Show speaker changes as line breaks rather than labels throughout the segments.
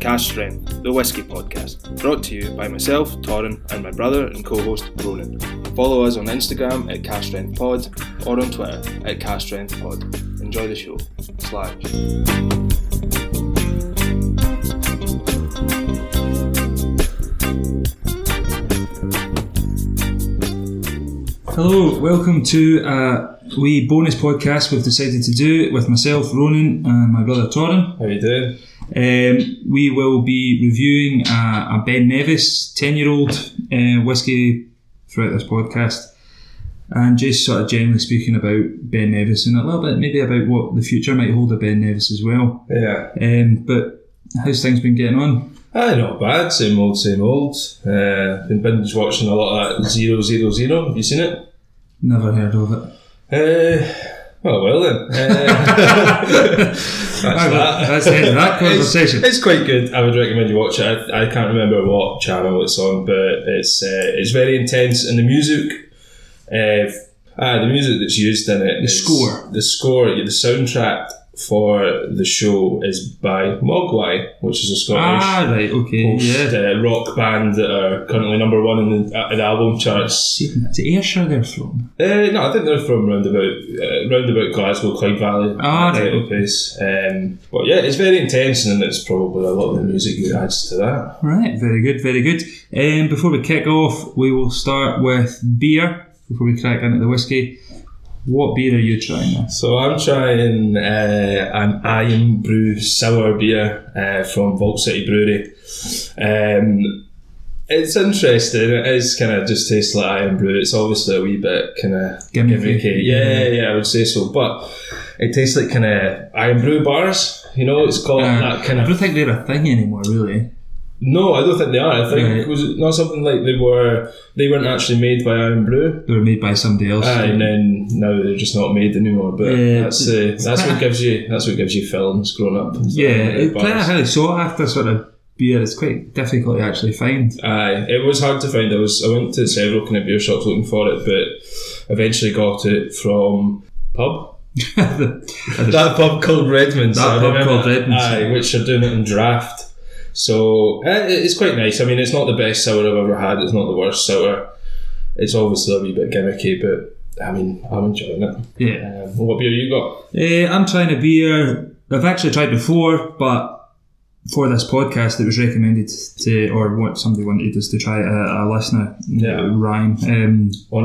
Cast Strength, the Whiskey Podcast, brought to you by myself, Torin, and my brother and co host, Ronan. Follow us on Instagram at Cast Strength Pod or on Twitter at Cast Strength Pod. Enjoy the show. Slash.
Hello, welcome to a wee bonus podcast we've decided to do with myself, Ronan, and my brother Torin.
How you doing?
Um, we will be reviewing a, a Ben Nevis 10 year old uh, whiskey throughout this podcast and just sort of generally speaking about Ben Nevis and a little bit maybe about what the future might hold of Ben Nevis as well.
Yeah.
Um, but how's things been getting on?
Aye, not bad. Same old, same old. Uh, been binge watching a lot of that zero zero zero. Have you seen it?
Never heard of it.
Uh, well, well then. Uh, that's
Aye, well,
that.
that's the end of that conversation.
It's, it's quite good. I would recommend you watch it. I, I can't remember what channel it's on, but it's uh, it's very intense, and the music. Uh, ah, the music that's used in it. The
score.
The score. yeah, The soundtrack for the show is by Mogwai, which is a Scottish
Ah, right, okay, yeah.
uh, rock band that are currently number one in the, uh, in the album charts.
See, Is it Ayrshire they're from?
Uh, no, I think they're from round about, uh, round about Glasgow, Clyde Valley.
Ah, right.
type of place. Um, but yeah, it's very intense, and it's probably a lot of the music that adds to that.
Right, very good, very good. Um, before we kick off, we will start with beer before we crack into the whiskey. What beer are you trying now?
So I'm trying uh, an Iron Brew sour beer uh, from Vault City Brewery. Um, it's interesting. It is kind of just tastes like Iron Brew. It's obviously a wee bit kind of
Gimmicky.
gimmicky. Yeah, yeah, I would say so. But it tastes like kind of Iron Brew bars. You know, it's called
Uh,
that kind
I
of.
don't think they're a thing anymore, really.
No, I don't think they are. I think
Right.
was it not something like they were. They weren't actually made by Iron Brew.
They were made by somebody else.
Aye, Uh, and then now they're just not made anymore. But
Yeah.
that's uh, that's what gives you that's what gives you films growing up.
yeah, it's kind of
Bars.
highly sought after sort of beer. It's quite difficult to actually find.
Aye, it was hard to find. I was I went to several kind of beer shops looking for it, but eventually got it from pub.
The-
That pub called Redmond's.
That
I
pub
remember.
called Redmond's.
Aye, which are doing it in draft. So eh, it- it's quite nice. I mean, it's not the best sour I've ever had. It's not the worst sour. It's obviously a wee bit gimmicky, but I mean, I'm enjoying it.
yeah.
Um, what beer you got?
Uh, I'm trying a beer I've actually tried before, but for this podcast, it was recommended to, or what somebody wanted us to try, uh, a, a listener,
Yeah.
Ryan. Um,
On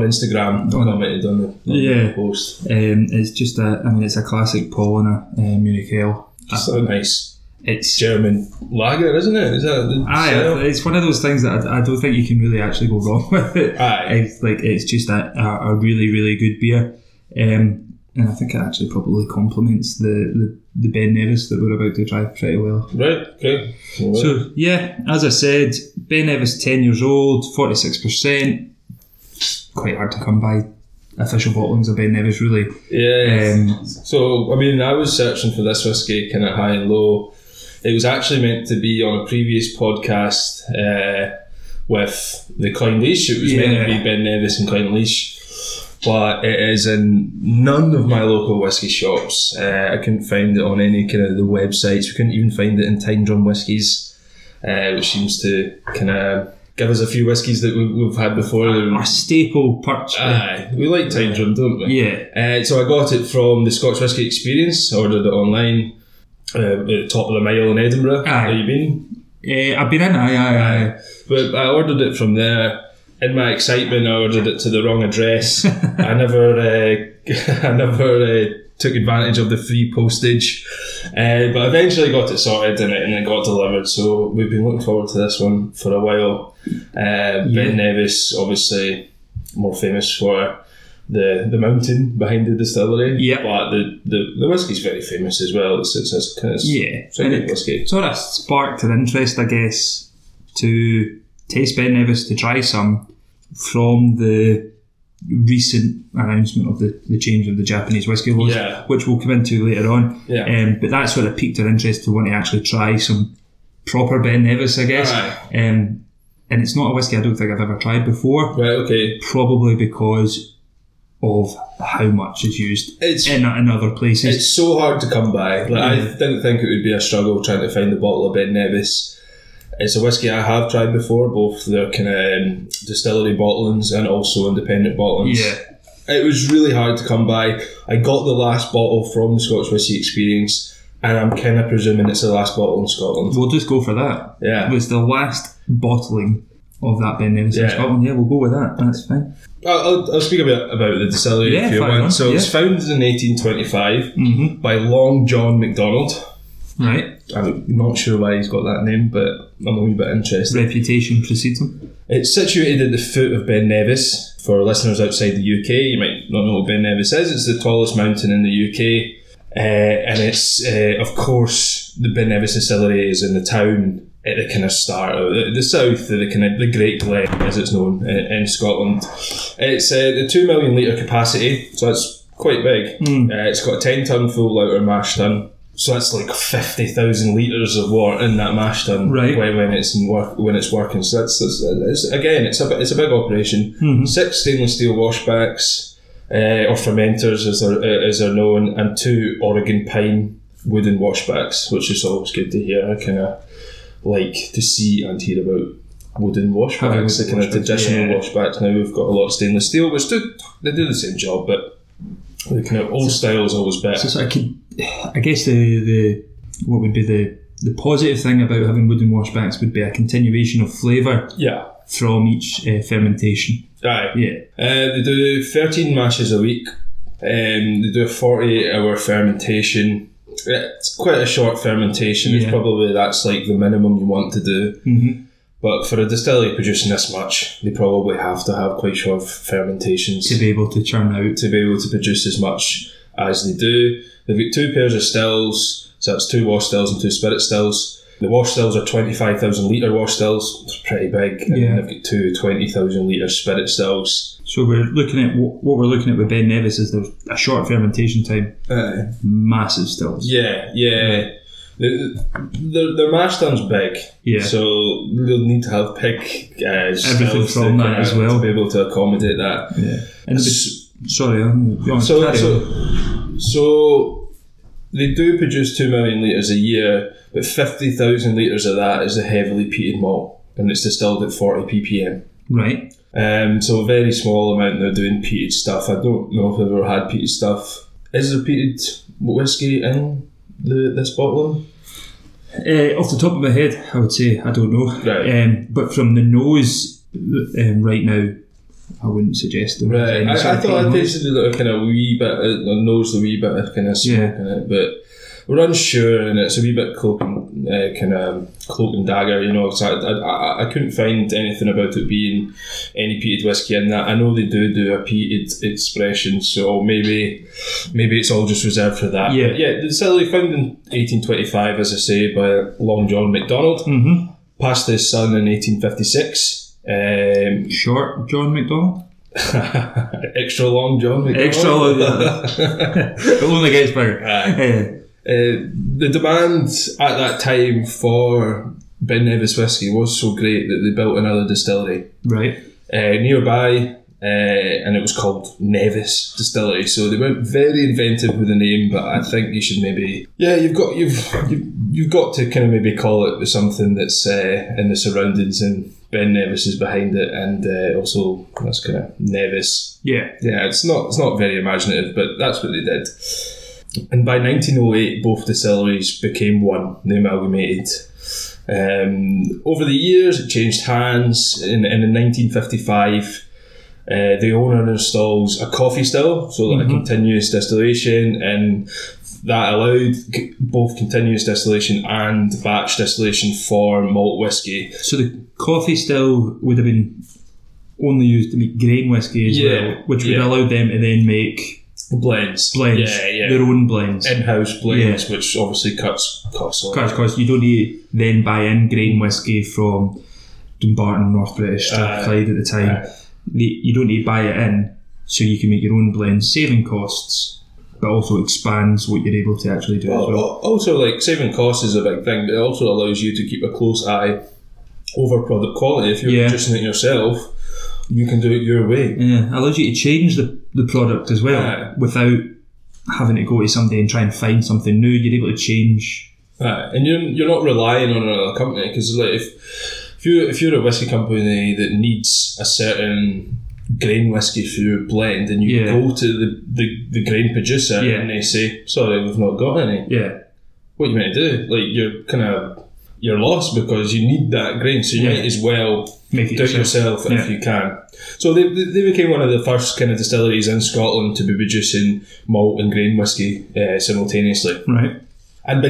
On-
Instagram, commented on the, on
Yeah.
the post.
um, it's just a, I mean, it's a classic Paulina uh, Munich Ale.
Just a nice
It's
German lager, isn't it? Is that the
Aye,
style?
it's one of those things that I, I don't think you can really actually go wrong with it.
Aye.
It's like it's just a, a, a really really good beer, um, and I think it actually probably complements the, the, the Ben Nevis that we're about to try pretty well.
Right, great. Well,
So yeah, as I said, Ben Evis ten years old, forty six percent. Quite hard to come by official bottlings of Ben Nevis, really.
yeah.
Um,
So, I mean, I was searching for this whiskey kind of high and low. It was actually meant to be on a previous podcast uh, with the Coin Leash. It was meant to
Yeah.
be Ben Nevis and Coin Leash. But it is in none of my local whiskey shops. Uh, I couldn't find it on any kind of the websites. We couldn't even find it in Time Drum Whiskies, uh, which seems to kind of give us a few whiskies that we, we've had before.
a staple purchase.
Aye, we like Time Drum, don't we?
Ah, yeah,
Uh, so I got it from the Scotch Whisky Experience. Ordered it online. Uh, at the top of the mile in Edinburgh.
Aye.
Have you been?
uh, I've been in. Aye, aye, aye.
But I ordered it from there. In my excitement, I ordered it to the wrong address. I never, uh, I never uh, took advantage of the free postage. Uh, but eventually got it sorted and it, and it got delivered. So we've been looking forward to this one for a while.
Yeah.
Uh, Ben Nevis, obviously, more famous for the the mountain behind the distillery.
Yeah.
But the, the, the whiskey's very famous as well. It's it's, it's, it's
Yeah.
it's a
And
good
it-
whiskey.
Sort of sparked an interest, I guess, to taste Ben Nevis to try some from the recent announcement of the, the change of the Japanese whiskey laws,
Yeah.
which we'll come into later on.
Yeah.
Um, but that sort of piqued our interest to want to actually try some proper Ben Nevis, I guess.
Aye.
Um, and it's not a whiskey I don't think I've ever tried before,
Right, okay.
probably because of how much is used
It's
in, in other places. Mm-hmm.
It's so hard to come by. Like I didn't think it would be a struggle trying to find the bottle of Ben Nevis. It's a whiskey I have tried before, both their kind of um, distillery bottlings and also independent bottlings.
Yeah.
It was really hard to come by. I got the last bottle from the Scotch Whisky Experience, and I'm kind of presuming it's the last bottle in Scotland.
We'll just go for that.
Yeah.
It was the last bottling of that Ben Nevis in
Yeah.
Scotland. Yeah, we'll go with that. That's fine.
I'll, I'll- I'll speak a bit about the distillery
Mm-hmm. Yeah,
if you
fair
want.
enough,
So it was founded in 1825
hmm
by Long John MacDonald.
Right.
I'm not sure why he's got that name, but I'm a wee bit interested.
Reputation precedes him.
It's situated at the foot of Ben Nevis. For listeners outside the UK, you might not know what Ben Nevis is. It's the tallest mountain in the UK. Uh, and it's, uh, of course, the Ben Nevis distillery is in the town at the kind of start of the, the south of the kind of the Great Glen, as it's known in, in Scotland. It's uh, the 2 million litre capacity, so it's quite big. Uh, it's got a 10 tonne full outer mash tun. So that's like fifty thousand liters of water in that mash tun
Right.
when, when it's in work, when it's working. So that's, that's, that's again, it's a bit- it's a big operation. Six stainless steel washbacks uh, or fermenters, as they're uh, as they're known, and two Oregon pine wooden washbacks, which is always good to hear. I kind of like to see and hear about wooden
Having
washbacks, the
wooden
kind of
washbacks,
traditional
yeah.
washbacks. Now we've got a lot of stainless steel, which do they do the same job, but the kind of old style is always better.
So, so I could, I guess the the what would be the the positive thing about having wooden washbacks would be a continuation of flavour
Yeah.
from each uh, fermentation.
Aye.
Yeah.
Uh, they do 13 mashes a week. Um, they do a 48 hour fermentation. Eh, It's quite a short fermentation. It's
Yeah.
probably that's like the minimum you want to do.
Mm-hmm.
But for a distillery producing this much, they probably have to have quite short fermentations
To be able to churn out.
to be able to produce as much as they do. They've got two pairs of stills, so that's two wash stills and two spirit stills. The wash stills are 25,000 litre wash stills, it's pretty big, and
Yeah.
then they've got two 20,000 litre spirit stills.
So we're looking at what, what we're looking at with Ben Nevis is there's a short fermentation time,
Aye.
Uh, massive stills.
Yeah, yeah. The, the, their mash tun's big,
Yeah.
so they'll need to have big uh,
Everything
stills
from
to-
that as
to
well.
be able to accommodate that.
Yeah. And
S-
sorry, I'm, I'm
So,
carry on.
so, so they do produce two million liters a year, but fifty thousand liters of that is a heavily peated malt, and it's distilled at forty ppm.
right.
Um, so a very small amount they're doing peated stuff. I don't know if I've ever had peated stuff. Is there peated whiskey in the this bottling?
Uh, off the top of my head, I would say I don't know.
Right.
Um, but from the nose um, right now, I wouldn't suggest Um, there was
Right,
any
I,
sort
I
of
thought I
problem.
tasted a little kind of wee bit, of- or nose a wee bit of kind of smoke
Yeah.
in it, but we're unsure, and it's a wee bit cloak and uh, kind of cloak and dagger, you know. So I, I, I- I couldn't find anything about it being any peated whiskey in that. I know they do do a peated expression, so maybe maybe it's all just reserved for that.
Yeah.
But yeah. The distillery founded in 1825, as I say, by Long John MacDonald,
Mhm.
passed to his son in 1856. Um,
Short John McDonald.
extra long John. McDonald.
Extra long, It only gets bigger. Eh,
Uh, the demand at that time for Ben Nevis whiskey was so great that they built another distillery
right.
uh, nearby, uh, and it was called Nevis Distillery. So they weren't very inventive with the name, but I think you should maybe yeah, you've got you've you've, you've got to kind of maybe call it with something that's uh, in the surroundings and. Ben Nevis is behind it, and uh, also that's kind of Nevis
Yeah.
yeah, it's not it's not very imaginative, but that's what they did. And by 1908, both distilleries became one. They amalgamated. Um, over the years, it changed hands, and, and in 1955, uh, the owner installs a coffee still, so like a
Mm-hmm.
continuous distillation, and that allowed c- both continuous distillation and batch distillation for malt whiskey.
So the coffee still would have been only used to make grain whiskey as
Yeah,
well, which would
yeah.
allow them to then make
Blends.
blends,
Yeah, yeah.
their own blends.
in-house blends, which obviously cuts costs a lot.
Of course, you don't need to then buy in grain whiskey from Dumbarton, North British,
Aye.
Strathclyde at the time.
Aye.
The- You don't need to buy it in, so you can make your own blend, saving costs, but also expands what you're able to actually do as
Well,
well.
al- Also, like saving costs is a big thing, but it also allows you to keep a close eye over product quality. If you're
Yeah.
producing it yourself, you can do it your way.
Yeah, allows you to change the, the product as well
Aye.
without having to go to somebody and try and find something new. You're able to change
Aye, and you're, you're not relying on another company because like if if you if you're a whiskey company that needs a certain grain whiskey for your blend, and you
Yeah.
go to the, the, the grain producer
Yeah.
and they say, "Sorry, we've not got any."
Yeah,
What you meant to do? Like you're kind of you're lost because you need that grain, so you
Yeah.
might as well
make it
do it
yourself.
yourself if
Yeah.
you can. So they, they they became one of the first kind of distilleries in Scotland to be producing malt and grain whiskey uh, simultaneously.
Right,
And by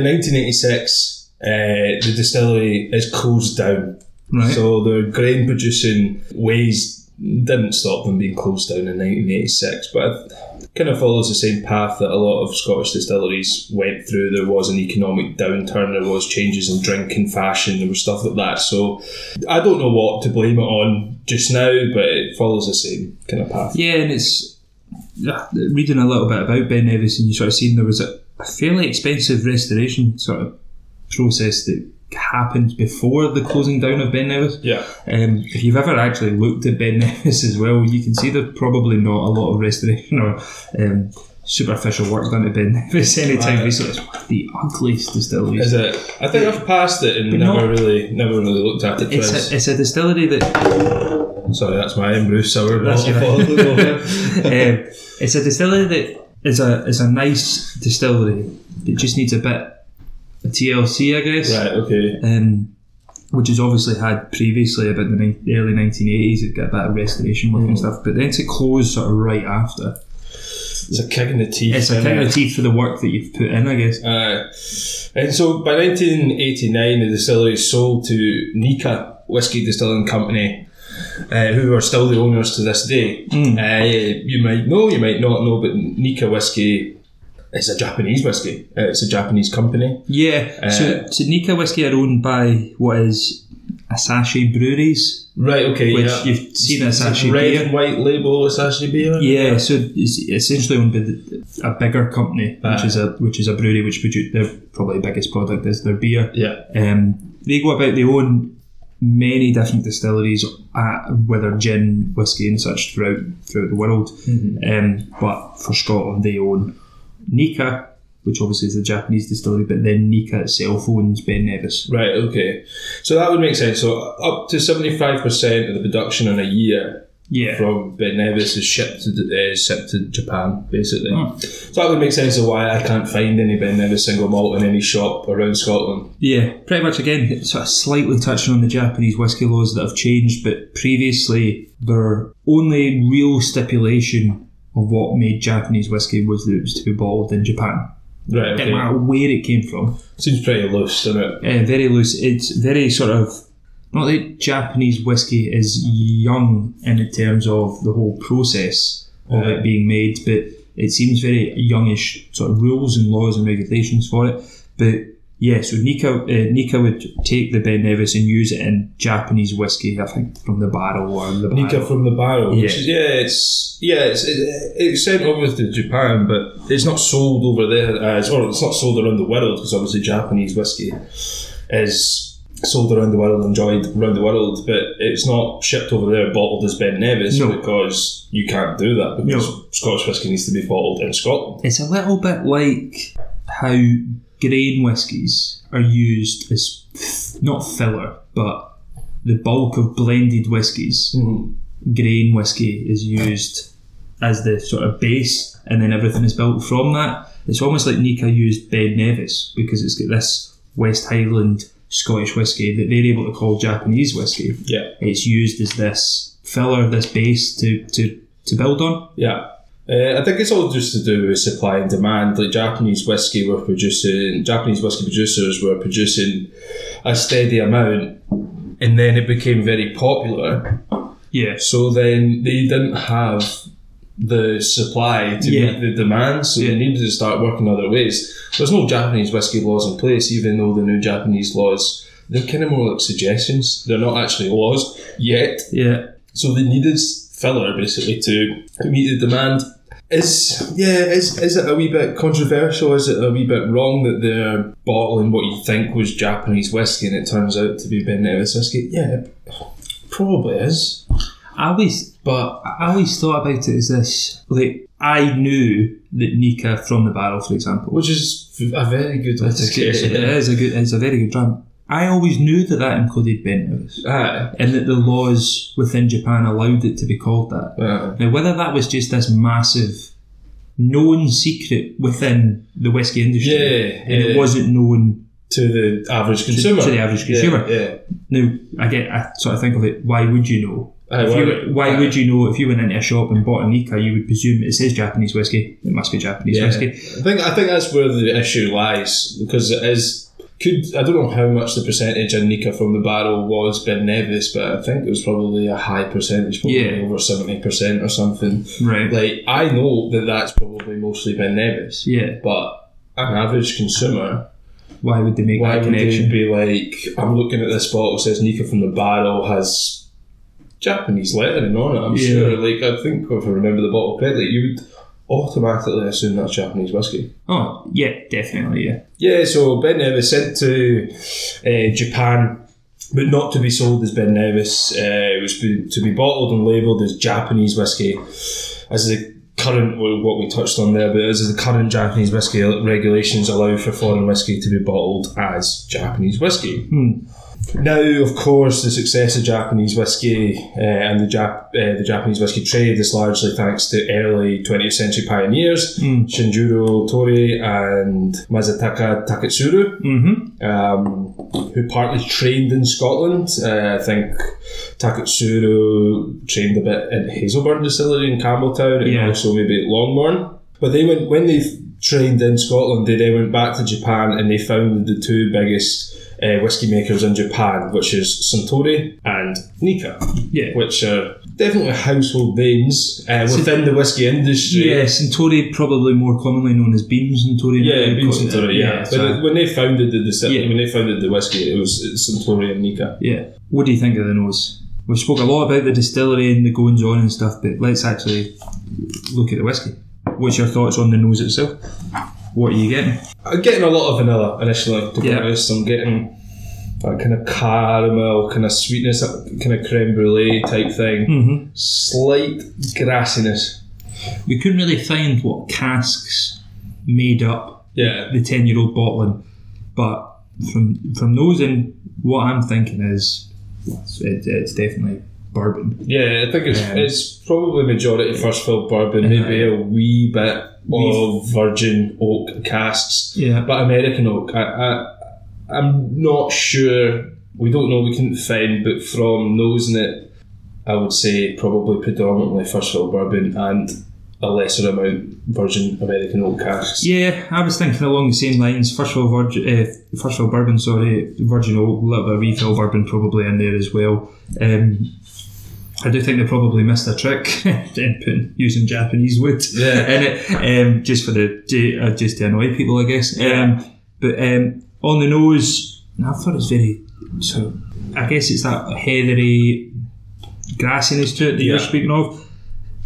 1986, uh, the distillery is closed down.
right.
So the grain producing ways didn't stop them being closed down in 1986, but it kind of follows the same path that a lot of Scottish distilleries went through. There was an economic downturn, there was changes in drinking fashion, there was stuff like that. So I don't know what to blame it on just now, but it follows the same kind of path.
Yeah, and it's yeah, reading a little bit about Ben Nevis, and you sort of seen there was a, a fairly expensive restoration sort of process that happened before the closing down of Ben Nevis.
Yeah.
Um, if you've ever actually looked at Ben Nevis as well, you can see there's probably not a lot of restoration or um, superficial work done to Ben Nevis anytime
Right.
recently. It's one of the ugliest distilleries.
Is it? I think I've passed it and
But
never
not-
really, never really looked at it. twice.
It's a, it's a distillery that
Sorry, that's my own Bruce Sour.
That's
bottle.
um, it's a distillery that is a is a nice distillery that just needs a bit of TLC, I guess.
right, okay.
Um, which has obviously had previously about the nin- early 1980s, it got a bit of restoration work and stuff, but then it closed sort of right after.
It's a kick in the teeth.
It's a
isn't
kind of
it?
teeth for the work that you've put in, I guess.
Aye. Uh, and so by 1989, the distillery sold to Nika Whiskey Distilling Company, uh, who are still the owners to this day.
Hmm.
Uh, you might know, you might not know, but Nika Whiskey is a Japanese whiskey. Uh, It's a Japanese company.
Yeah, so, so Nika whiskey are owned by what is Asahi Breweries,
Right, okay.
which
yeah.
you've seen
It's a
Asahi
red
beer.
and white label Asashi beer.
Yeah, so it's essentially owned by the- a bigger company, which is a which is a brewery which produce their probably biggest product is their beer.
Yeah.
Um, they go about they own many different distilleries, at, whether gin, whiskey, and such throughout throughout the world. Um, but for Scotland, they own Nika, which obviously is a Japanese distillery, but then Nika itself owns Ben Nevis.
Right, okay. So that would make sense. So up to 75% of the production in a year
Yeah,
from Ben Nevis is shipped to, uh, shipped to Japan, basically.
Hmm.
So that would make sense of why I can't find any Ben Nevis single malt in any shop around Scotland.
Yeah, pretty much again, sort of slightly touching on the Japanese whiskey laws that have changed, but previously their only real stipulation of what made Japanese whiskey was that it was to be bottled in Japan.
Right,
Didn't
okay.
matter where it came from.
Seems pretty loose, doesn't it?
Uh, very loose. It's very sort of. Not that Japanese whiskey is young in terms of the whole process of
Yeah.
it being made, but it seems very youngish sort of rules and laws and regulations for it. But yeah, so Nika uh, Nika would take the Ben Nevis and use it in Japanese whiskey, I think, from the barrel or the barrel.
Nika from the barrel.
Yeah.
Yeah, which is, yeah it's yeah, it's, it, it's sent over to Japan, but it's not sold over there as well. It's not sold around the world because obviously Japanese whiskey is sold around the world, enjoyed around the world, but it's not shipped over there bottled as Ben Nevis
No.
because you can't do that because Scottish whiskey needs to be bottled in Scotland.
It's a little bit like how grain whiskies are used as not filler, but the bulk of blended whiskies. Grain whiskey is used as the sort of base, and then everything is built from that. It's almost like Nika used Ben Nevis because it's got this West Highland Scottish whiskey that they're able to call Japanese whiskey.
Yeah,
It's used as this filler, this base to to, to build on.
yeah. Uh, I think it's all just to do with supply and demand. Like Japanese whiskey were producing, Japanese whiskey producers were producing a steady amount, and then it became very popular.
Yes.
So then they didn't have the supply to
Yeah.
meet the demand, so they
Yeah.
needed to start working other ways. There's no Japanese whiskey laws in place, even though the new Japanese laws they're kind of more like suggestions. They're not actually laws yet.
Yeah.
So they needed filler basically to meet the demand. Is yeah, is is it a wee bit controversial? Is it a wee bit wrong that they're bottling what you think was Japanese whiskey and it turns out to be Ben Nevis whiskey? Yeah, probably is.
I always But I always thought about it as this: like I knew that Nika from the barrel, for example,
Which is f- a very good way
It's
to
a good-
get
it is a good, it's a very good drum. I always knew that that included bent Nevis,
Aye.
and that the laws within Japan allowed it to be called that.
Aye.
Now, whether that was just this massive known secret within the whiskey industry,
Yeah,
and it
yeah.
wasn't known
To the average consumer.
to the average
Yeah,
consumer.
Yeah.
Now, I get, I sort of think of it. Why would you know?
Aye,
If
why
you-
would- uh,
why
aye.
would you know if you went into a shop and bought a Nika? You would presume it says Japanese whiskey. It must be Japanese
Yeah.
whiskey.
I think I think that's where the issue lies because it is could I don't know how much the percentage of Nika from the barrel was Ben Nevis, but I think it was probably a high percentage, probably
Yeah.
over seventy percent or something.
Right.
Like I know that that's probably mostly Ben Nevis,
Yeah.
but an average consumer,
Why would they make
why
that
would they
connection?
be like, I'm looking at this bottle says Nika from the barrel has Japanese lettering on it. I'm
Yeah.
sure. Like I think if I remember the bottle correctly, you would automatically assume that's Japanese whiskey.
oh, yeah, definitely. Yeah.
Yeah, so Ben Nevis sent to uh, Japan, but not to be sold as Ben Nevis. Uh, it was be, to be bottled and labelled as Japanese whiskey, as the current well, what we touched on there. But as the current Japanese whiskey regulations allow for foreign whiskey to be bottled as Japanese whiskey.
Hmm,
Now, of course, the success of Japanese whiskey uh, and the, Jap- uh, the Japanese whiskey trade is largely thanks to early 20th century pioneers
hmm,
Shinjuro Tori and Mazataka Taketsuru,
Mm-hmm.
um, who partly trained in Scotland. Uh, I think Taketsuru trained a bit at Hazelburn Distillery in Campbelltown and
Yeah.
also maybe at Longbourn. But they went when they trained in Scotland, they then went back to Japan and they founded the two biggest uh, whiskey makers in Japan, which is Suntory and Nika,
Yeah.
which are definitely household names uh, within the whiskey industry.
Yeah, Centauri probably more commonly known as Beam Centauri.
Yeah, being Suntory, yeah.
yeah,
but
so-
when they founded the distillery,
Yeah.
when they founded the whiskey, it was Suntory and Nika.
yeah. What do you think of the nose? We spoke a lot about the distillery and the goings on and stuff, but let's actually look at the whiskey. What's your thoughts on the nose itself? What are you getting?
I'm getting a lot of vanilla initially, to be
Yeah.
honest. I'm getting that kind of caramel, kind of sweetness, that kind of creme brulee type thing. Hmm.
Mm-hmm.
Slight grassiness.
We couldn't really find what casks made up
Yeah.
the ten-year-old bottling, but from from those in, what I'm thinking is it, it's definitely bourbon.
Yeah, I think it's,
Um,
it's probably majority first fill bourbon, maybe a wee bit
Wee-
of virgin oak casks.
Yeah,
But American oak, I, I, I'm not sure. We don't know. We couldn't find, but from nosing it, I would say probably predominantly first fill bourbon and a lesser amount virgin American oak casks.
Yeah, I was thinking along the same lines. First of all, virgin, uh, first of all, bourbon. Sorry, virgin oak, little bit of refill bourbon probably in there as well. Um, I do think they probably missed a trick in putting, using Japanese wood
Yeah.
in it, um, just for the to, uh, just to annoy people, I guess. Um, but um, on the nose, I thought it was very. So I guess it's that heathery grassiness to it that you're
Yeah.
speaking of.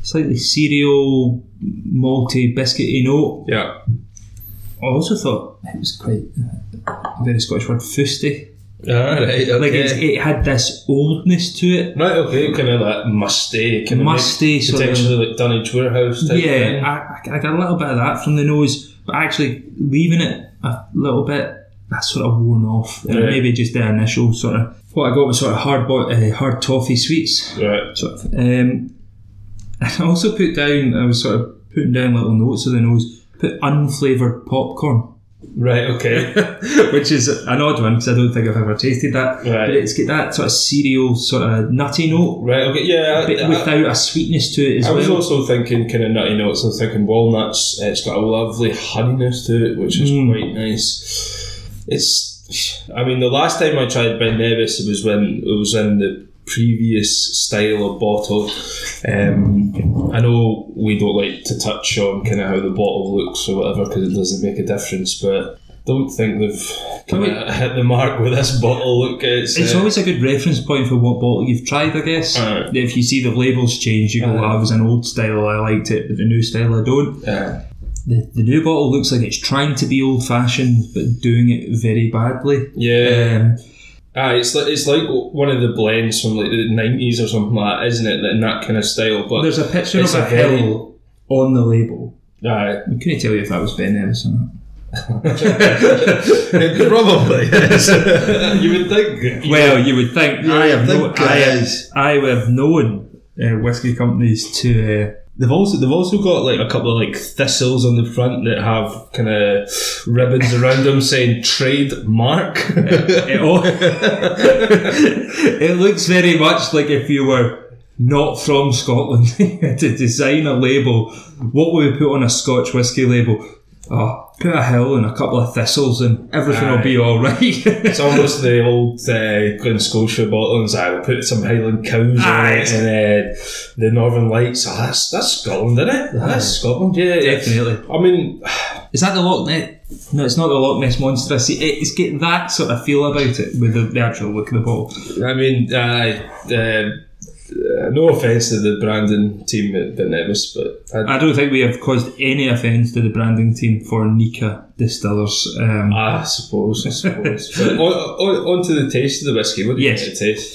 Slightly cereal, malty, biscuity note.
Yeah,
I also thought it was quite uh, a very Scottish word, fusty.
all Ah, right, okay.
Like it's, it had this oldness to it.
Right, okay, kind of that musty, kind
Musty
of
sort
like,
of-
potentially like Dunnage warehouse type
Yeah, Ah.
thing.
I, I, I got a little bit of that from the nose, but actually leaving it a little bit, that's sort of worn off. And
Right.
Maybe just the initial sort of what I got was sort of hard bo- uh, hard toffee sweets.
Right,
Sort of. Um, I also put down. I was sort of putting down little notes of the nose. Put unflavoured popcorn.
right, okay.
which is an odd one because I don't think I've ever tasted that.
Right.
But it's got that sort of cereal, sort of nutty note,
right, okay, yeah.
but
I-
without a sweetness to it as
I was
well.
also thinking kind of nutty notes. I was thinking walnuts. It's got a lovely honeyness to it, which is
Mm.
quite nice. It's, I mean, the last time I tried Ben Nevis, it was when it was in the previous style of bottle. Um, I know we don't like to touch on kind of how the bottle looks or whatever because it doesn't make a difference, but. Don't think they've kind
Can
of hit the mark with this bottle. Look, it's,
it's
uh,
always a good reference point for what bottle you've tried, I guess.
Aye.
If you see the labels change, you go,
Aye.
"Well, I was an old style, I liked it, but the new style, I don't."
uh,
The, the new bottle looks like it's trying to be old fashioned, but doing it very badly.
yeah,
Um,
Ah, it's like it's like one of the blends from like the nineties or something like that, isn't it? In that kind of style. But
There's a picture of
it's
a,
a very-
hill on the label.
aye.
I couldn't tell you if that was Ben Nevis or not.
Probably. Yes.
you would think.
Well, you would think. I
I
have no,
think
I,
it
have-
is.
I would have known uh, whiskey companies to. Uh,
They've also they've also got like a couple of like thistles on the front that have kind of ribbons around them saying trademark.
it, all, oh. it looks very much like if you were not from Scotland to design a label. What would we put on a Scotch whiskey label? Oh, put a hill and a couple of thistles, and everything will be all right.
it's almost the old uh, Glen Scotia bottlings. I will put some Highland cows
Aye.
on it and uh, the Northern Lights. Ah, that's that's Scotland, isn't it? That's Scotland. Yeah, yeah.
Definitely.
I mean,
Is that the Loch Ness? No, it's not the Loch Ness monster. I see, it's get that sort of feel about it with the, the actual look of the bottle.
I mean, I, uh, uh, no offense to the Brandon team at Ben Nevis, but I,
I don't think we have caused any offence to the branding team for Nika Distillers. Um,
I suppose, I suppose. but on, on, on to the taste of the whiskey. What do you
Yes.
think of the taste?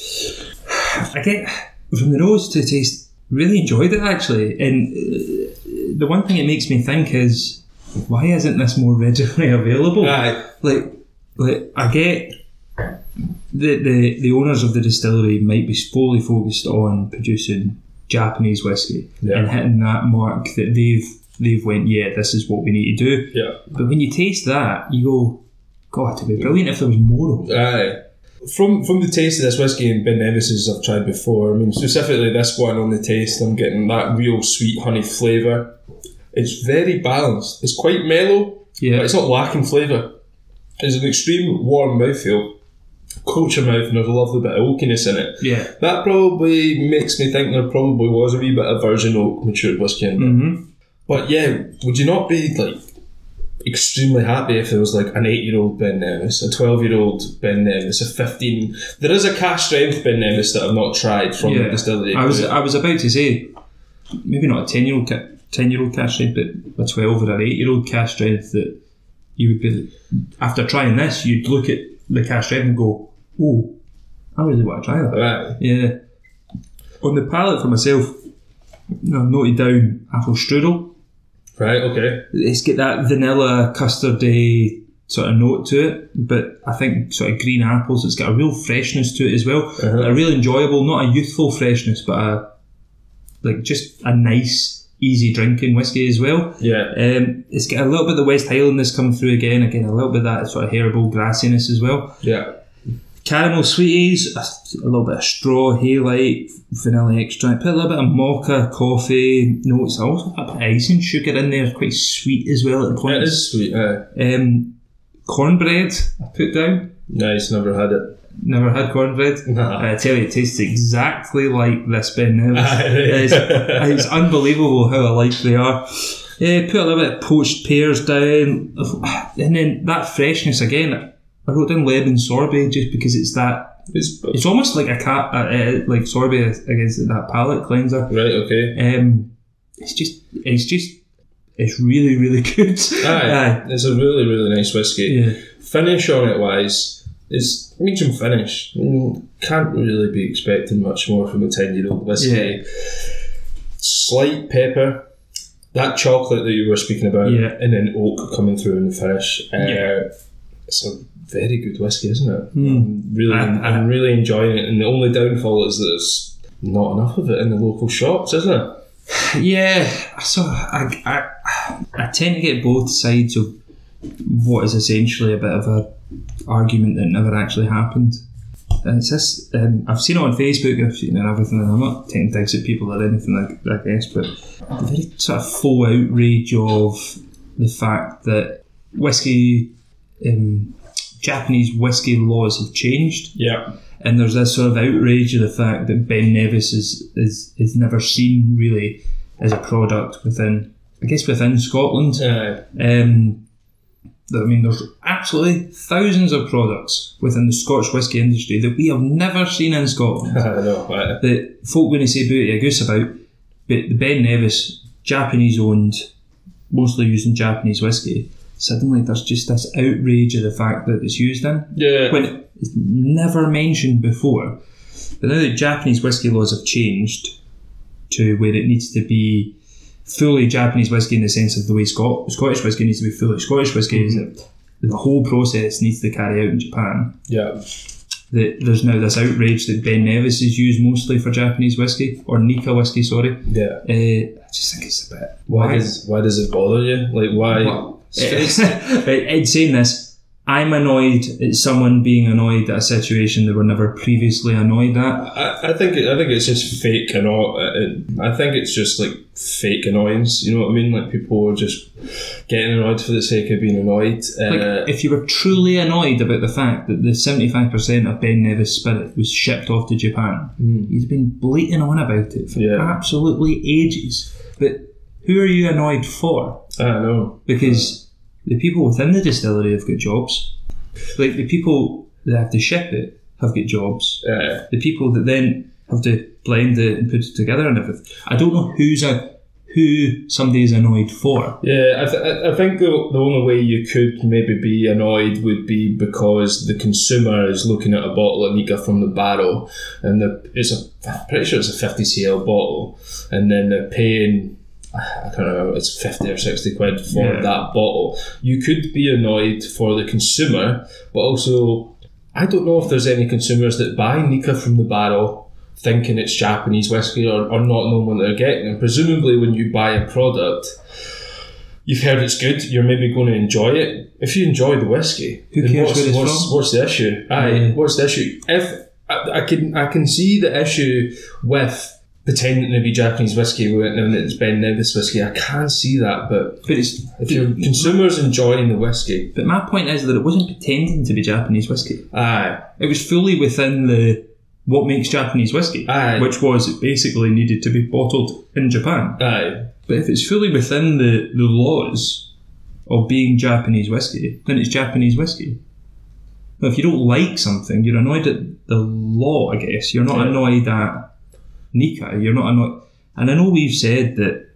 I get from the nose to the taste, really enjoyed it actually. And uh, the one thing it makes me think is, why isn't this more readily available?
Aye.
Like, like I get the, the the owners of the distillery might be solely focused on producing Japanese whiskey
Yeah.
and hitting that mark that they've they've went yeah this is what we need to do.
Yeah.
But when you taste that, you go, God, it'd be brilliant if there was more of it.
Aye. From from the taste of this whiskey and Ben Nevis's I've tried before, I mean specifically this one on the taste, I'm getting that real sweet honey flavour. It's very balanced. It's quite mellow, but
Yeah,
it's not lacking flavour. It's an extreme warm mouthfeel. Coat your mouth and there's a lovely bit of oakiness in it.
yeah.
That probably makes me think there probably was a wee bit of virgin oak matured whiskey in there.
Mm-hmm.
But yeah, would you not be like extremely happy if it was like an eight-year-old Ben Nevis, a twelve-year-old Ben Nevis, a fifteen? There is a cash strength Ben Nevis that I've not tried from
Yeah.
the distillery.
I was I was about to say maybe not a ten year old ten year old cash strength, but a twelve or an eight year old cash strength that you would be after trying this, you'd look at the cash strength and go, oh, I really want to try that.
Right.
Yeah. On the palate for myself, I've noted down apple strudel.
Right. Okay.
It's got that vanilla custardy sort of note to it, but I think sort of green apples. It's got a real freshness to it as well.
Uh-huh.
A real enjoyable, not a youthful freshness, but a like just a nice, easy drinking whiskey as well.
Yeah.
Um, it's got a little bit of the West Highlandness come through again. Again, a little bit of that sort of herbal grassiness as well
Yeah.
caramel sweeties, a, a little bit of straw, haylight, vanilla extract, put a little bit of mocha, coffee notes. I also put a bit of ice and sugar in there, quite sweet as well at
It
points.
is sweet. Uh,
Um, cornbread, I put down.
nice. Never had it.
Never had cornbread. Uh,
Nah.
I tell you, it tastes exactly like this Ben
Aye.
Nevis. it's, uh, it's unbelievable how alike they are. Yeah, put a little bit of poached pears down, and then that freshness again. I wrote down lemon sorbet just because it's that
It's,
it's almost like a cat, uh, uh, like sorbet against that palate cleanser.
right. Okay.
Um, it's just, it's just, it's really, really good.
Aye. It's a really really nice whiskey.
yeah,
Finish on it wise. It's medium finish. Mm, Can't really be expecting much more from a ten year old whiskey.
yeah,
slight pepper, that chocolate that you were speaking about,
Yeah.
and then oak coming through in the finish. Uh,
Yeah.
It's a very good whiskey, isn't it?
Mm.
I'm really,
I- I-
I'm really enjoying it. And the only downfall is that there's not enough of it in the local shops, isn't it?
yeah. So I, I, I tend to get both sides of what is essentially a bit of a argument that never actually happened. And it's this, um, I've seen it on Facebook, I've seen it and everything, and I'm not taking digs at people or anything, I, I guess, but the very sort of full outrage of the fact that whiskey, um, Japanese whiskey laws have changed
Yeah.
and there's this sort of outrage of the fact that Ben Nevis is is, is never seen really as a product within, I guess, within Scotland.
Uh,
Um, I mean, there's absolutely thousands of products within the Scotch whisky industry that we have never seen in Scotland.
I know. I,
that folk wouldn't say booty a goose about, but the Ben Nevis, Japanese owned, mostly using Japanese whisky, suddenly there's just this outrage of the fact that it's used in
Yeah.
when it's never mentioned before. But now that Japanese whiskey laws have changed to where it needs to be fully Japanese whiskey in the sense of the way Scot- Scottish whiskey needs to be fully Scottish whiskey, is that the whole process needs to carry out in Japan.
yeah.
That there's now this outrage that Ben Nevis is used mostly for Japanese whiskey or Nika whiskey, sorry.
Yeah.
Uh, I just think it's a bit.
Why does why does it bother you? Like why?
Well, right, Ed saying this, I'm annoyed at someone being annoyed at a situation they were never previously annoyed at.
I, I think it, I think it's just fake and all. I think it's just like fake annoyance. You know what I mean? Like people are just getting annoyed for the sake of being annoyed. Uh,
Like, if you were truly annoyed about the fact that the 75% of Ben Nevis spirit was shipped off to Japan, you'd been bleating on about it for
Hmm. Yeah.
absolutely ages. But who are you annoyed for?
I don't know.
Because the people within the distillery have got jobs. Like, the people that have to ship it have got jobs.
Uh,
the people that then have to blend it and put it together and everything. I don't know who's a who somebody is annoyed for.
yeah, I, th- I- I think the, the only way you could maybe be annoyed would be because the consumer is looking at a bottle of Nika from the barrel, and the it's a I'm pretty sure it's a fifty cl bottle, and then they're paying. I can't remember. It's fifty or sixty quid for
Yeah.
that bottle. You could be annoyed for the consumer, but also I don't know if there's any consumers that buy Nika from the barrel thinking it's Japanese whiskey or, or not knowing what they're getting. And presumably, when you buy a product, you've heard it's good, you're maybe going to enjoy it. If you enjoy the whiskey,
Who
then
cares
what's,
where it's
what's,
from?
what's the issue? Aye,
Yeah.
what's the issue? If I, I can, I can see the issue with pretending to be Japanese whiskey when it's Ben Nevis whiskey. I can see that, but
But it's
if your consumers enjoying the whiskey,
but my point is that it wasn't pretending to be Japanese whiskey.
aye,
It was fully within the what makes Japanese whiskey,
Aye.
which was it basically needed to be bottled in Japan.
aye,
But if it's fully within the, the laws of being Japanese whiskey, then it's Japanese whiskey. Now, if you don't like something, you're annoyed at the law, I guess. You're not
Yeah.
annoyed at Nika. You're not annoyed. And I know we've said that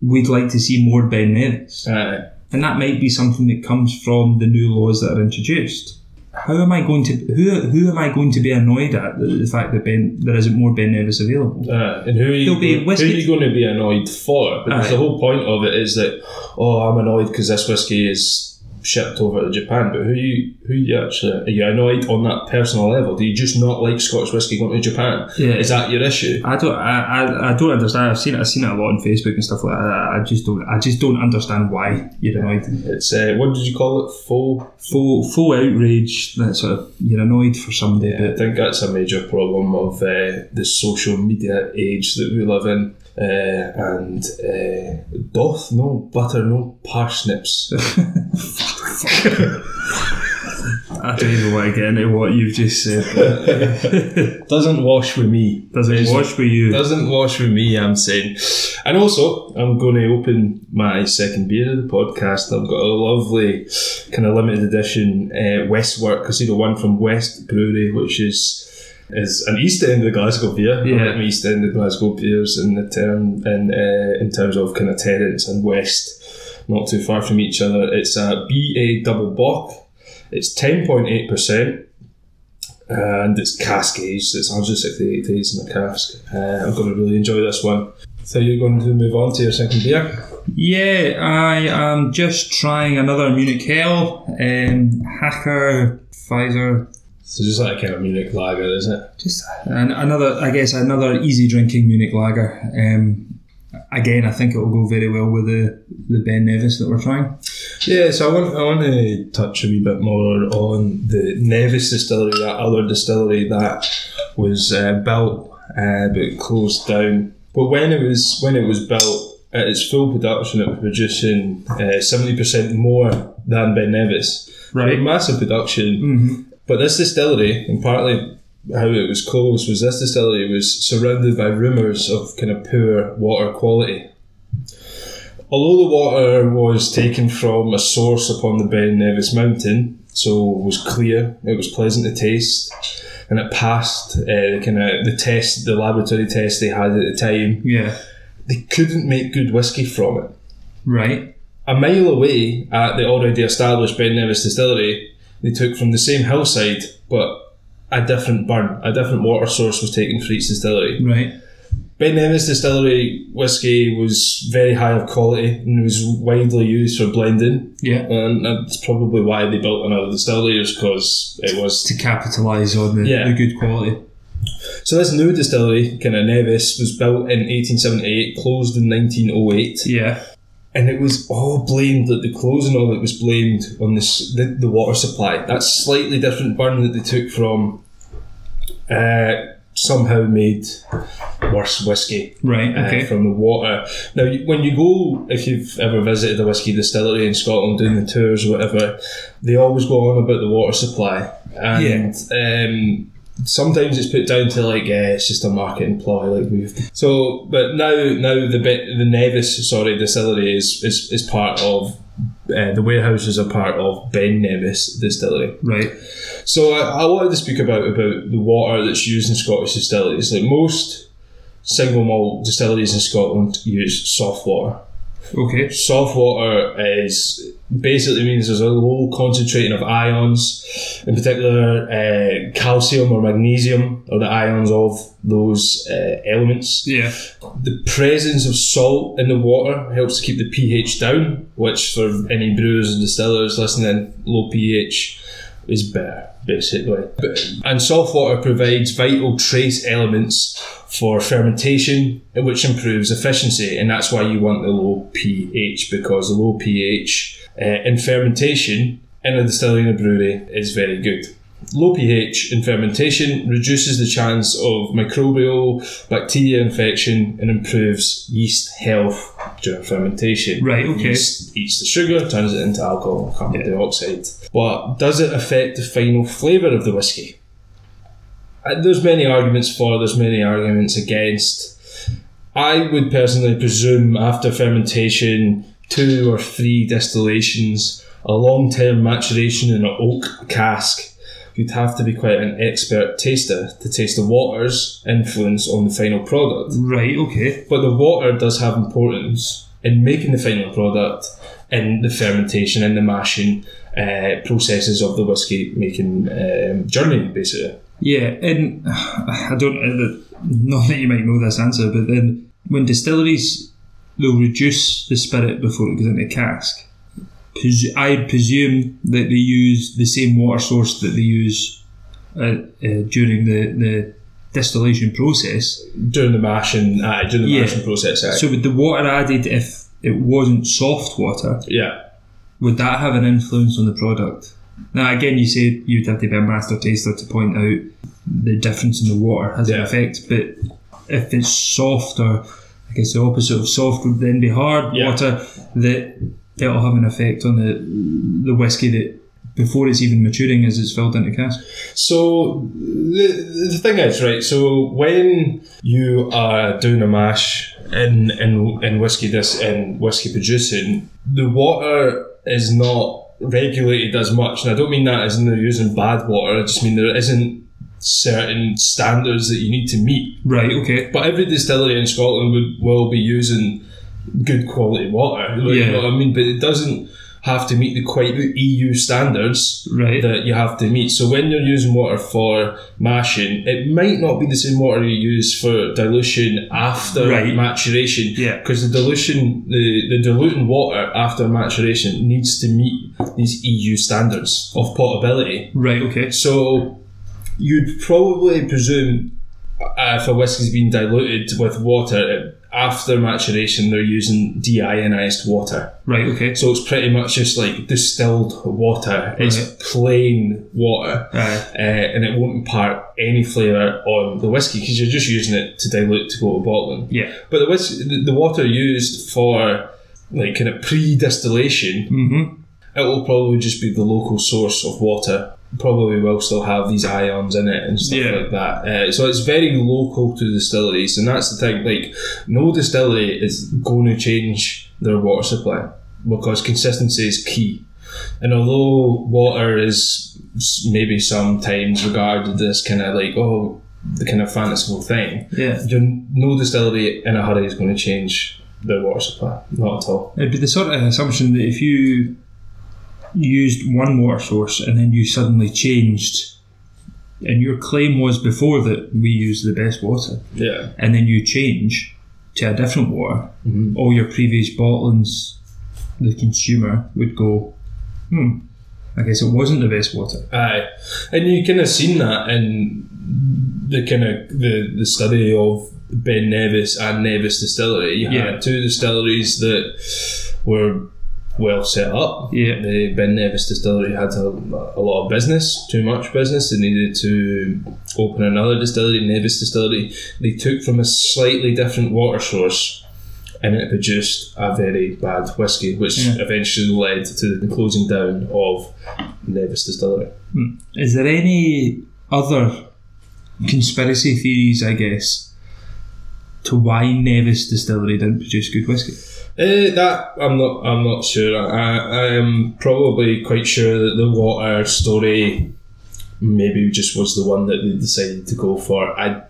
we'd like to see more Ben Nevis.
aye.
And that might be something that comes from the new laws that are introduced. How am I going to who who am I going to be annoyed at the, the fact that Ben there isn't more Ben Nevis available?
Uh, and who are, you,
There'll be
who are
whiskey-
you going to be annoyed for? Because
Aye.
the whole point of it is that, oh, I'm annoyed because this whiskey is shipped over to Japan. But who you who you actually are you annoyed on that personal level? Do you just not like Scotch whiskey going to Japan?
Yeah.
Is that your issue?
I don't, I, I, I don't understand. I've seen it. I've seen it a lot on Facebook and stuff like that. I I just don't. I just don't understand why you're annoyed.
It's uh, what did you call it? Full.
Full, full outrage. That sort of you're annoyed for somebody,
I
but
think that's a major problem of uh, the social media age that we live in. Uh, and uh, doth no butter, no parsnips.
I don't even want to get into what you've just said.
Doesn't wash with me.
Doesn't wash for you.
doesn't wash with me, I'm saying. And also, I'm going to open my second beer of the podcast. I've got a lovely kind of limited edition uh, Westwork Casino One from West Brewery, which is is an East End of Glasgow beer.
Yeah.
I like my East End of Glasgow beers in the term in uh, in terms of kind of Terence and West, not too far from each other. It's a BA double bock. It's ten point eight percent and it's cask aged. It's 168 days in the cask. Uh, I'm going to really enjoy this one. So you're going to move on to your second beer.
Yeah, I am just trying another Munich Hell, um, Hacker, Pfizer,
So just like a kind of Munich lager, isn't it?
just an, another. I guess another easy drinking Munich Lager. Um, again, I think it will go very well with the the Ben Nevis that we're trying.
Yeah. So I want I want to touch a wee bit more on the Nevis distillery, that other distillery that was uh, built uh, but closed down. But when it was when it was built at its full production, it was producing uh, seventy percent more than Ben Nevis.
Right.
Massive production.
Mm-hmm.
But this distillery, and partly how it was closed, was this distillery was surrounded by rumours of kind of poor water quality. Although the water was taken from a source upon the Ben Nevis Mountain, so was clear, it was pleasant to taste, and it passed uh, the kind of the test, the laboratory test they had at the time.
Yeah.
They couldn't make good whiskey from it.
Right.
a mile away at the already established Ben Nevis distillery, they took from the same hillside, but a different burn, a different water source was taken for each distillery.
Right.
Ben Nevis distillery whiskey was very high of quality and was widely used for blending,
Yeah.
and that's probably why they built another distillery, is because it was
To capitalise on the,
Yeah.
the good quality.
So this new distillery, kind of Nevis, was built in 1878, closed in 1908,
Yeah.
and it was all blamed that the closing of it was blamed on this the, the water supply. That slightly different burn that they took from uh, somehow made worse whiskey
Right.
uh,
Okay.
from the water. Now, you- when you go, if you've ever visited a whiskey distillery in Scotland doing the tours or whatever, they always go on about the water supply. And um, sometimes it's put down to like, yeah, it's just a marketing ploy. Like we've so, but now now the bit the Nevis sorry distillery is is, is part of. Uh, the warehouses are part of Ben Nevis Distillery.
right.
So I, I wanted to speak about about the water that's used in Scottish distilleries. Like most single malt distilleries in Scotland use soft water.
Okay.
Soft water is basically means there's a low concentration of ions, in particular uh, calcium or magnesium, are the ions of those uh, elements.
Yeah.
The presence of salt in the water helps to keep the pH down, which for any brewers and distillers listening, low pH is better, basically. But- And soft water provides vital trace elements for fermentation, which improves efficiency, and that's why you want the low pH because the low pH uh, in fermentation in a distillery and a brewery is very good. Low pH in fermentation reduces the chance of microbial bacteria infection and improves yeast health during fermentation.
Right, okay.
Yeast eats the sugar, turns it into alcohol, carbon dioxide. But does it affect the final flavour of the whiskey? Uh, There's many arguments for, there's many arguments against. I would personally presume after fermentation, two or three distillations, a long term maturation in an oak cask, you'd have to be quite an expert taster to taste the water's influence on the final product.
Right. Okay.
But the water does have importance in making the final product in the fermentation and the mashing uh, processes of the whiskey making um, journey, basically.
Yeah. And I don't. uh, the- Not that you might know this answer, but then when distilleries they'll reduce the spirit before it goes into cask. Presu- I presume that they use the same water source that they use uh, uh, during the, the distillation process.
During the mashing, uh, during the
Yeah.
mashing process. aye.
So would the water added, if it wasn't soft water,
yeah.
would that have an influence on the product? Now again, you said you'd have to be a master taster to point out the difference in the water has an
Yeah.
effect, but if it's soft or I guess the opposite of soft would then be hard
Yeah.
water that that'll have an effect on the the whiskey that before it's even maturing as it's filled into cask.
So the, the thing is, right? So when you are doing a mash in in in whiskey this in whiskey producing, the water is not regulated as much, and I don't mean that as in they're using bad water. I just mean there isn't certain standards that you need to meet.
Right. Okay.
But every distillery in Scotland would will be using good quality water. like,
Yeah.
You know what I mean? But it doesn't have to meet the quite the EU standards
Right.
that you have to meet. So when you're using water for mashing, it might not be the same water you use for dilution after
Right.
maturation.
Yeah.
Because the dilution, the, the diluting water after maturation needs to meet these EU standards of potability.
Right. Okay.
So you'd probably presume uh, if a whiskey's been diluted with water, after maturation they're using deionized water.
Right. Okay.
So it's pretty much just like distilled water. It's
Right.
plain water,
Aye.
uh, and it won't impart any flavour on the whiskey because you're just using it to dilute to go to bottling.
Yeah.
But the whiskey, the, the water used for like kind of pre-distillation,
Mm-hmm.
it will probably just be the local source of water. Probably will still have these ions in it and stuff
Yeah.
like that. Uh, so it's very local to distilleries, and that's the thing. Like no distillery is going to change their water supply because consistency is key. And although water is s- maybe sometimes regarded as kind of like oh the kind of fanciful thing,
Yeah.
your no distillery in a hurry is going to change the water supply. Not at all.
It'd be the sort of assumption that if you used one water source and then you suddenly changed, and your claim was before that we use the best water,
Yeah.
and then you change to a different water, all your previous bottlings, the consumer would go, hmm, I guess it wasn't the best water.
Aye, and you kind of seen that in the kind of the, the study of Ben Nevis and Nevis Distillery. You
Yeah.
had two distilleries that were well set up.
Yeah.
the Ben Nevis Distillery had a, a lot of business, too much business. They needed to open another distillery, Nevis Distillery. They took from a slightly different water source. And it produced a very bad whiskey, which
Yeah.
eventually led to the closing down of Nevis Distillery.
Is there any other conspiracy theories, I guess, to why Nevis Distillery didn't produce good whiskey?
Uh, that I'm not. I'm not sure. I, I am probably quite sure that the water story maybe just was the one that they decided to go for. I,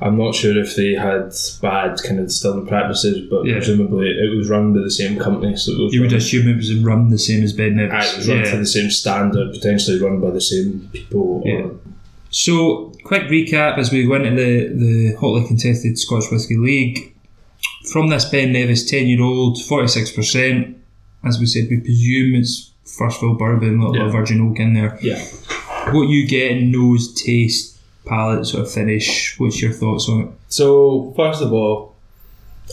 I'm not sure if they had bad kind of distilling practices, but
Yeah.
presumably it was run by the same company, so it was
You would
run,
assume it was run the same as Ben
aye,
Nevis.
it was run to the same standard, potentially run by the same people. or-
Yeah. So, quick recap as we go into the, the hotly contested Scotch Whisky League. From this Ben Nevis 10 year old, 46%. As we said, we presume it's first fill bourbon, a little bit of
Yeah.
virgin oak in there.
yeah.
What you get in nose, taste, palate, sort of finish, what's your thoughts on it?
So first of all,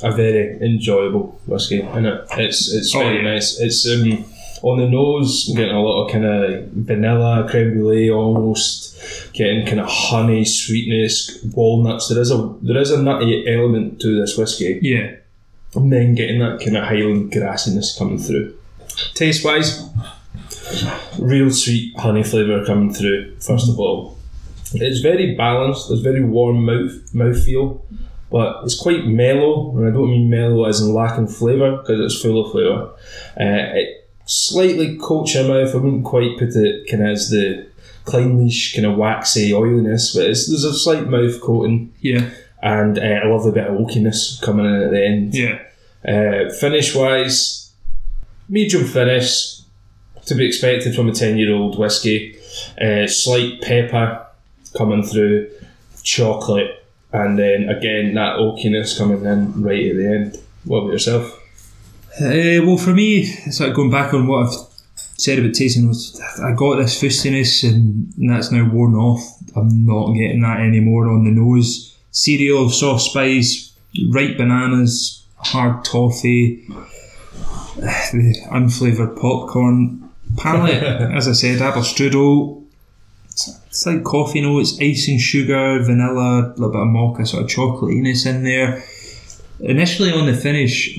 a very enjoyable whiskey, and it? it's it's
Oh,
very
yeah.
nice. It's um, on the nose, getting a lot of kind of vanilla, creme brulee, almost getting kind of honey, sweetness, walnuts. There is a there is a nutty element to this whiskey,
Yeah.
and then getting that kind of Highland grassiness coming through. Taste wise, real sweet honey flavour coming through. First of all, it's very balanced. There's very warm mouth mouthfeel, but it's quite mellow, and I don't mean mellow as in lacking flavour because it's full of flavour. Uh, it slightly coats your mouth. I wouldn't quite put it kind of as the Kleinleish kind of waxy oiliness, but it's, there's a slight mouth coating,
Yeah.
and uh, I love the bit of oakiness coming in at the end.
Yeah.
Uh, finish wise, medium finish to be expected from a 10 year old whiskey. Uh, slight pepper coming through, chocolate, and then again that oakiness coming in right at the end. What about yourself?
Uh, well, for me, sort of going back on what I've said about tasting, was I got this fustiness and that's now worn off. I'm not getting that anymore on the nose. Cereal, soft spice, ripe bananas, hard toffee, the unflavoured popcorn. Palate, as I said, Aberstrudel. It's- It's like coffee notes, ice and sugar, vanilla, a little bit of mocha, sort of chocolatiness in there. Initially on the finish,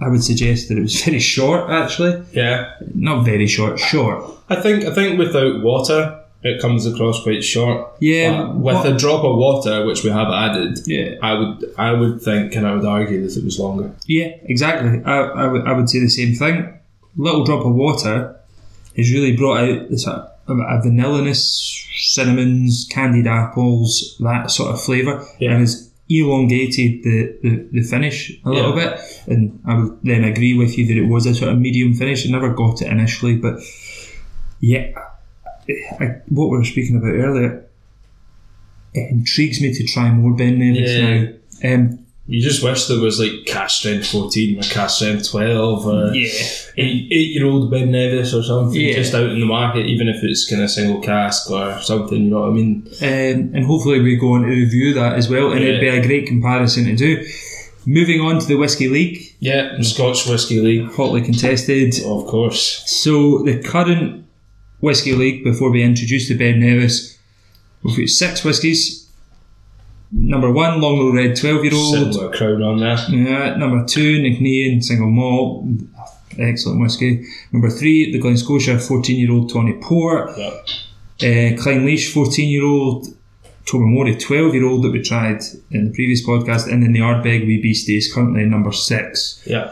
I would suggest that it was very short, actually.
Yeah,
Not very short, short.
I think I think without water. It comes across quite short.
Yeah,
But Uh, with
what-
a drop of water, which we have added,
Yeah.
I would I would think and I would argue that it was longer.
Yeah, exactly. I, I, would- I would say the same thing. Little drop of water has really brought out the sort of a vanilliness, cinnamons, candied apples, that sort of flavour,
Yeah.
and has elongated the, the, the finish a little
Yeah.
bit. And I would then agree with you that it was a sort of medium finish. I never got it initially, but yeah, I, what we were speaking about earlier, it intrigues me to try more Ben Nevis
Yeah.
now. Um,
You just wish there was like cash strength 14 or cash strength 12 or
Yeah.
eight, eight year old Ben Nevis or something
Yeah.
just out in the market, even if it's kind of single cask or something, you know what I mean?
um, and hopefully we go on to review that as well, and it'd be a great comparison to do. Moving on to the Whiskey League,
Yeah, the Scotch Whisky League,
hotly contested.
of course.
So the current Whiskey League, before we introduce the Ben Nevis, we've got six whiskies. Number one, Longlow Red,
Sitting
12-year-old.
with a crown on there.
Yeah, number two, Nicknean, single malt. Excellent whiskey. Number three, the Glen Scotia, 14-year-old Tawny Port.
Yeah.
Uh, Klein Leash, 14 year old, Tobermory, 12 year old that we tried in the previous podcast, and then the Ardbeg Wee Beastie is currently number six.
yeah.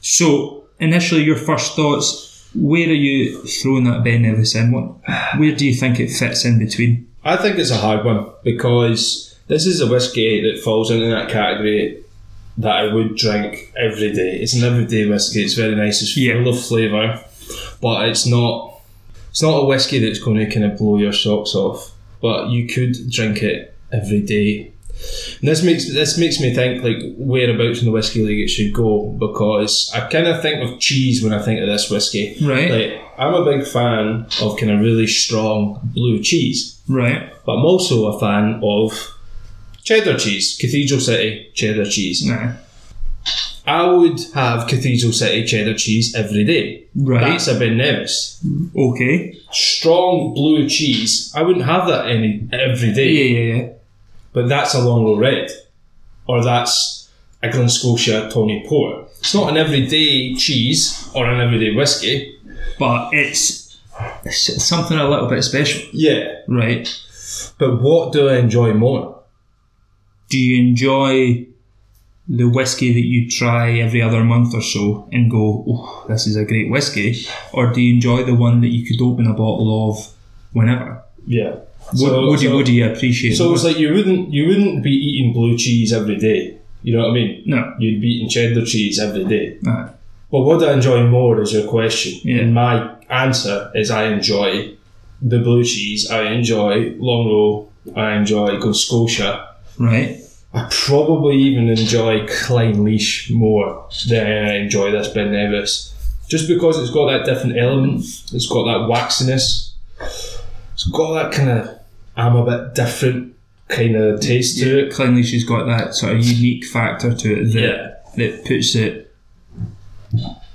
So, initially, your first thoughts where are you throwing that Ben Nevis in? What, where do you think it fits in between?
I think it's a hard one because this is a whisky that falls into that category that I would drink every day. It's an everyday whiskey. It's very nice. It's full
Yeah.
of flavour, but it's not. It's not a whiskey that's going to kind of blow your socks off. But you could drink it every day. And this makes this makes me think like whereabouts in the whiskey league it should go because I kind of think of cheese when I think of this whiskey.
Right.
Like I'm a big fan of kind of really strong blue cheese
Right.
but I'm also a fan of cheddar cheese, Cathedral City cheddar cheese.
Nah.
I would have Cathedral City cheddar cheese every day.
Right.
That's a Ben Nevis.
okay.
Strong blue cheese. I wouldn't have that any every day,
Yeah, yeah, yeah.
but that's a Longrow Red, or that's a Glen Scotia Tawny Port. It's not an everyday cheese or an everyday whiskey.
But it's, it's something a little bit special,
Yeah,
right?
but what do I enjoy more?
Do you enjoy the whiskey that you try every other month or so and go, oh, this is a great whiskey? Or do you enjoy the one that you could open a bottle of whenever?
Yeah.
Would, would, you, would you appreciate
So
it?
it's like you wouldn't you wouldn't be eating blue cheese every day. You know what I mean?
No.
You'd be eating cheddar cheese every day.
Nah.
But what I enjoy more is your question.
Yeah.
And my answer is I enjoy the blue cheese. I enjoy Longrow. I enjoy Glen Scotia.
Right?
I probably even enjoy Klein Leash more than I enjoy this Ben Nevis. Just because it's got that different element, it's got that waxiness, it's got that kind of I'm a bit different kind of taste to it.
Cleanly, she's got that sort of unique factor to it that, that puts it.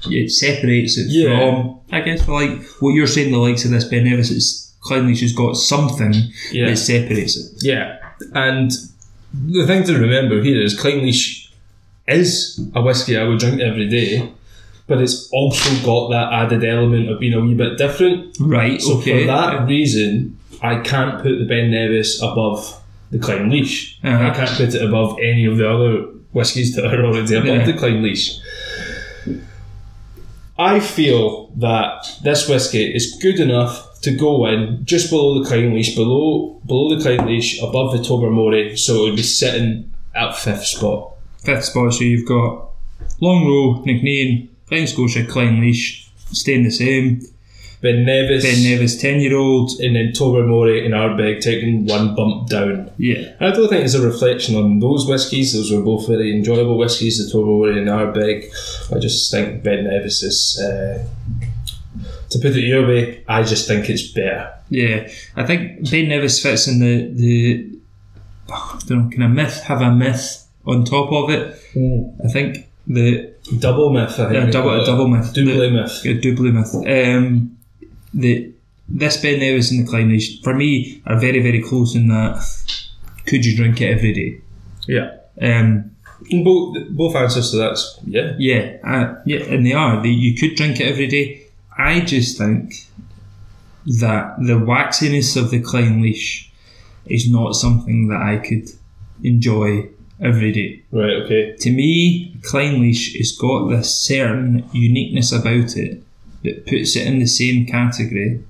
It separates it
Yeah.
from, I guess, for like what you're saying, the likes of this Ben Nevis, it's cleanly she's got something
Yeah.
that separates it.
Yeah. And the thing to remember here is Klein Leash is a whiskey I would drink every day, but it's also got that added element of being a wee bit different.
Right,
So
okay.
for that reason, I can't put the Ben Nevis above the Klein Leash.
Uh-huh.
I can't put it above any of the other whiskies that are already above
Yeah.
the Klein Leash. I feel that this whiskey is good enough to go in just below the Klein Leash, below below the Klein Leash, above the Tobermory, so it would be sitting at fifth spot.
Fifth spot, so you've got Long Row, Nickname, Glen Scotia, Klein Leash, staying the same.
Ben Nevis,
Ben Nevis, 10 year old.
and then Tobermory and Ardbeg taking one bump down.
Yeah.
I don't think it's a reflection on those whiskies. Those were both very enjoyable whiskies, the Tobermory and Ardbeg. I just think Ben Nevis is, uh, to put it your way, I just think it's better.
Yeah. I think Ben Nevis fits in the, the oh, I don't know, can a myth have a myth on top of it? I think the
Double myth, I think.
Mm. Yeah,
we
double-
call
a
it.
double myth.
Double
The-
myth.
a double myth. Um, the this Ben Nevis and the Klein Leash for me are very very close in that. Could you drink it every day?
Yeah.
Um,
And both, both answers to that's yeah.
yeah, uh, yeah, and they are. They, you could drink it every day. I just think that the waxiness of the Klein Leash is not something that I could enjoy every day.
Right, okay.
To me, Klein Leash has got this certain uniqueness about it that puts it in the same category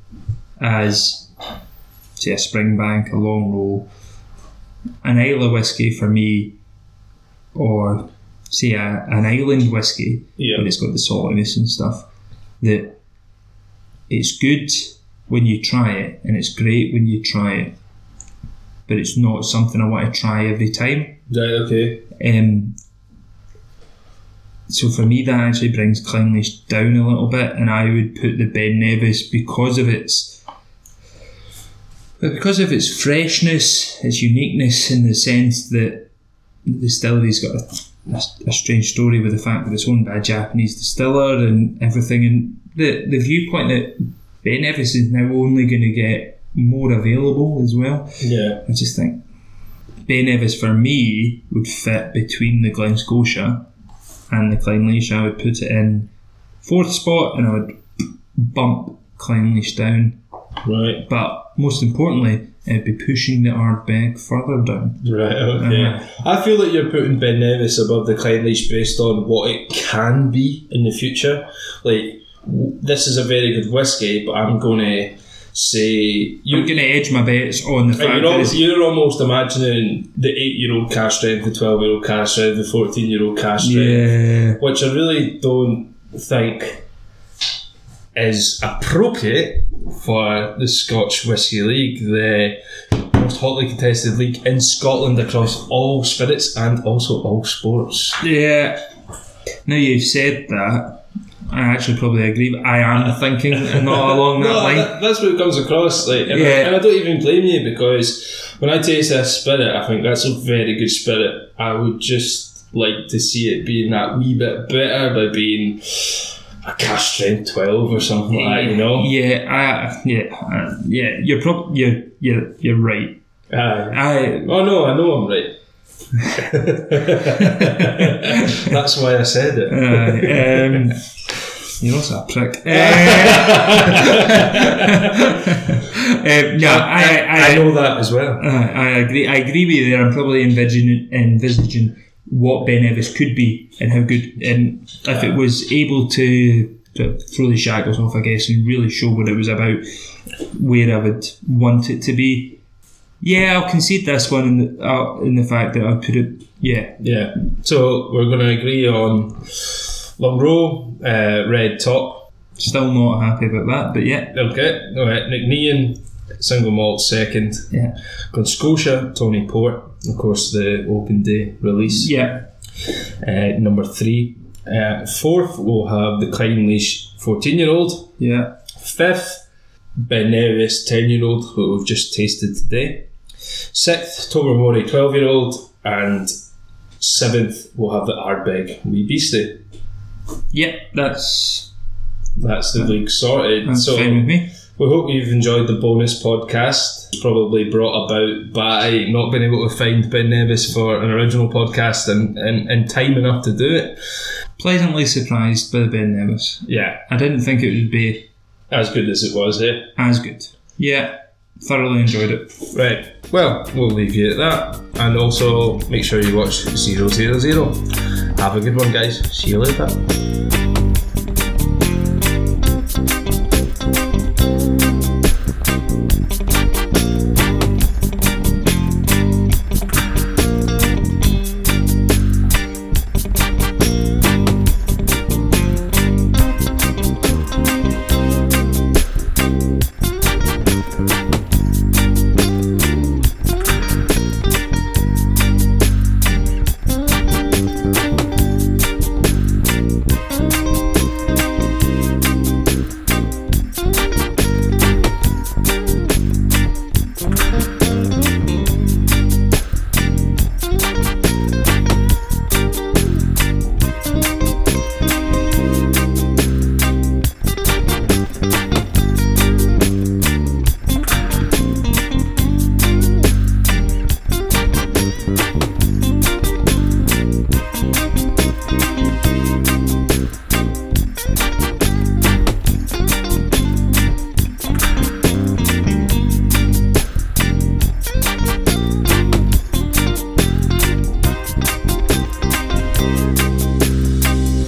as, say, a Springbank, a Long Roll, an Isla whiskey for me, or say a, an Island whiskey,
Yeah.
and it's got the saltiness and stuff. That it's good when you try it, and it's great when you try it, but it's not something I want to try every time.
Right, okay.
Um, so for me, that actually brings Klinglish down a little bit, and I would put the Ben Nevis because of its, but because of its freshness, its uniqueness, in the sense that the distillery's got a, a, a strange story with the fact that it's owned by a Japanese distiller and everything, and the the viewpoint that Ben Nevis is now only going to get more available as well.
Yeah.
I just think Bay Nevis for me would fit between the Glen Scotia and the Clynelish. I would put it in fourth spot and I would bump Clynelish down.
Right.
But most importantly, it'd be pushing the Ardbeg further down.
Right, okay. I feel that you're putting Ben Nevis above the Klein Leash based on what it can be in the future. Like, w- this is a very good whiskey, but I'm going to say
You're going to edge my bets on the
Like,
fact
you're,
that
al-
it's-
you're almost imagining the eight-year-old cash strength, the twelve-year-old cash strength, the fourteen-year-old cash strength,
yeah,
which I really don't think is appropriate for the Scotch Whisky League, the most hotly contested league in Scotland across all spirits and also all sports.
yeah. Now you've said that, I actually probably agree. But I am thinking not along that
No,
line.
that- that's what it comes across like, and, I,
Yeah.
and I don't even blame you because when I taste that spirit, I think that's a very good spirit. I would just like to see it being that wee bit better by being a cash strength twelve or something like that. You know,
Yeah, I, yeah, uh, yeah. You're prob- you're, you're you're right.
Aye.
I
oh no, I know I'm right. that's why I said it.
Uh, um, you're also a prick. Uh, um, no, I, I,
I
I,
know that as well.
Uh, I, agree. I agree with you there. I'm probably envisioning, envisaging what Ben Evis could be and how good, and if it was able to, to throw the shackles off, I guess, and really show what it was about, where I would want it to be. Yeah, I'll concede this one in the, uh, in the fact that I put it. Yeah,
Yeah. So we're going to agree on long row, uh, red top.
still not happy about that, but yeah,
Okay, all right. uh, McNean, single malt second.
yeah,
Scotia, Tony Port, of course, the open day release.
yeah.
Uh, number three. Uh, fourth, we'll have the Kleinleash 14 year old.
Yeah.
Fifth, Benares 10 year old, who we've just tasted today. Sixth, Tobermory 12 year old. And seventh, we'll have the Ardbeg Wee Beastie.
Yep, that's
That's the league sorted.
that's
so,
fine with me.
We hope you've enjoyed the bonus podcast. It's Probably brought about by not being able to find Ben Nevis for an original podcast and, and, and time enough to do it.
Pleasantly surprised by the Ben Nevis.
Yeah,
I didn't think it would be
as good as it was, eh?
as good. Yeah, thoroughly enjoyed it.
Right. Well, we'll leave you at that. And also make sure you watch Zero Zero Zero. Have a good one, guys. See you later.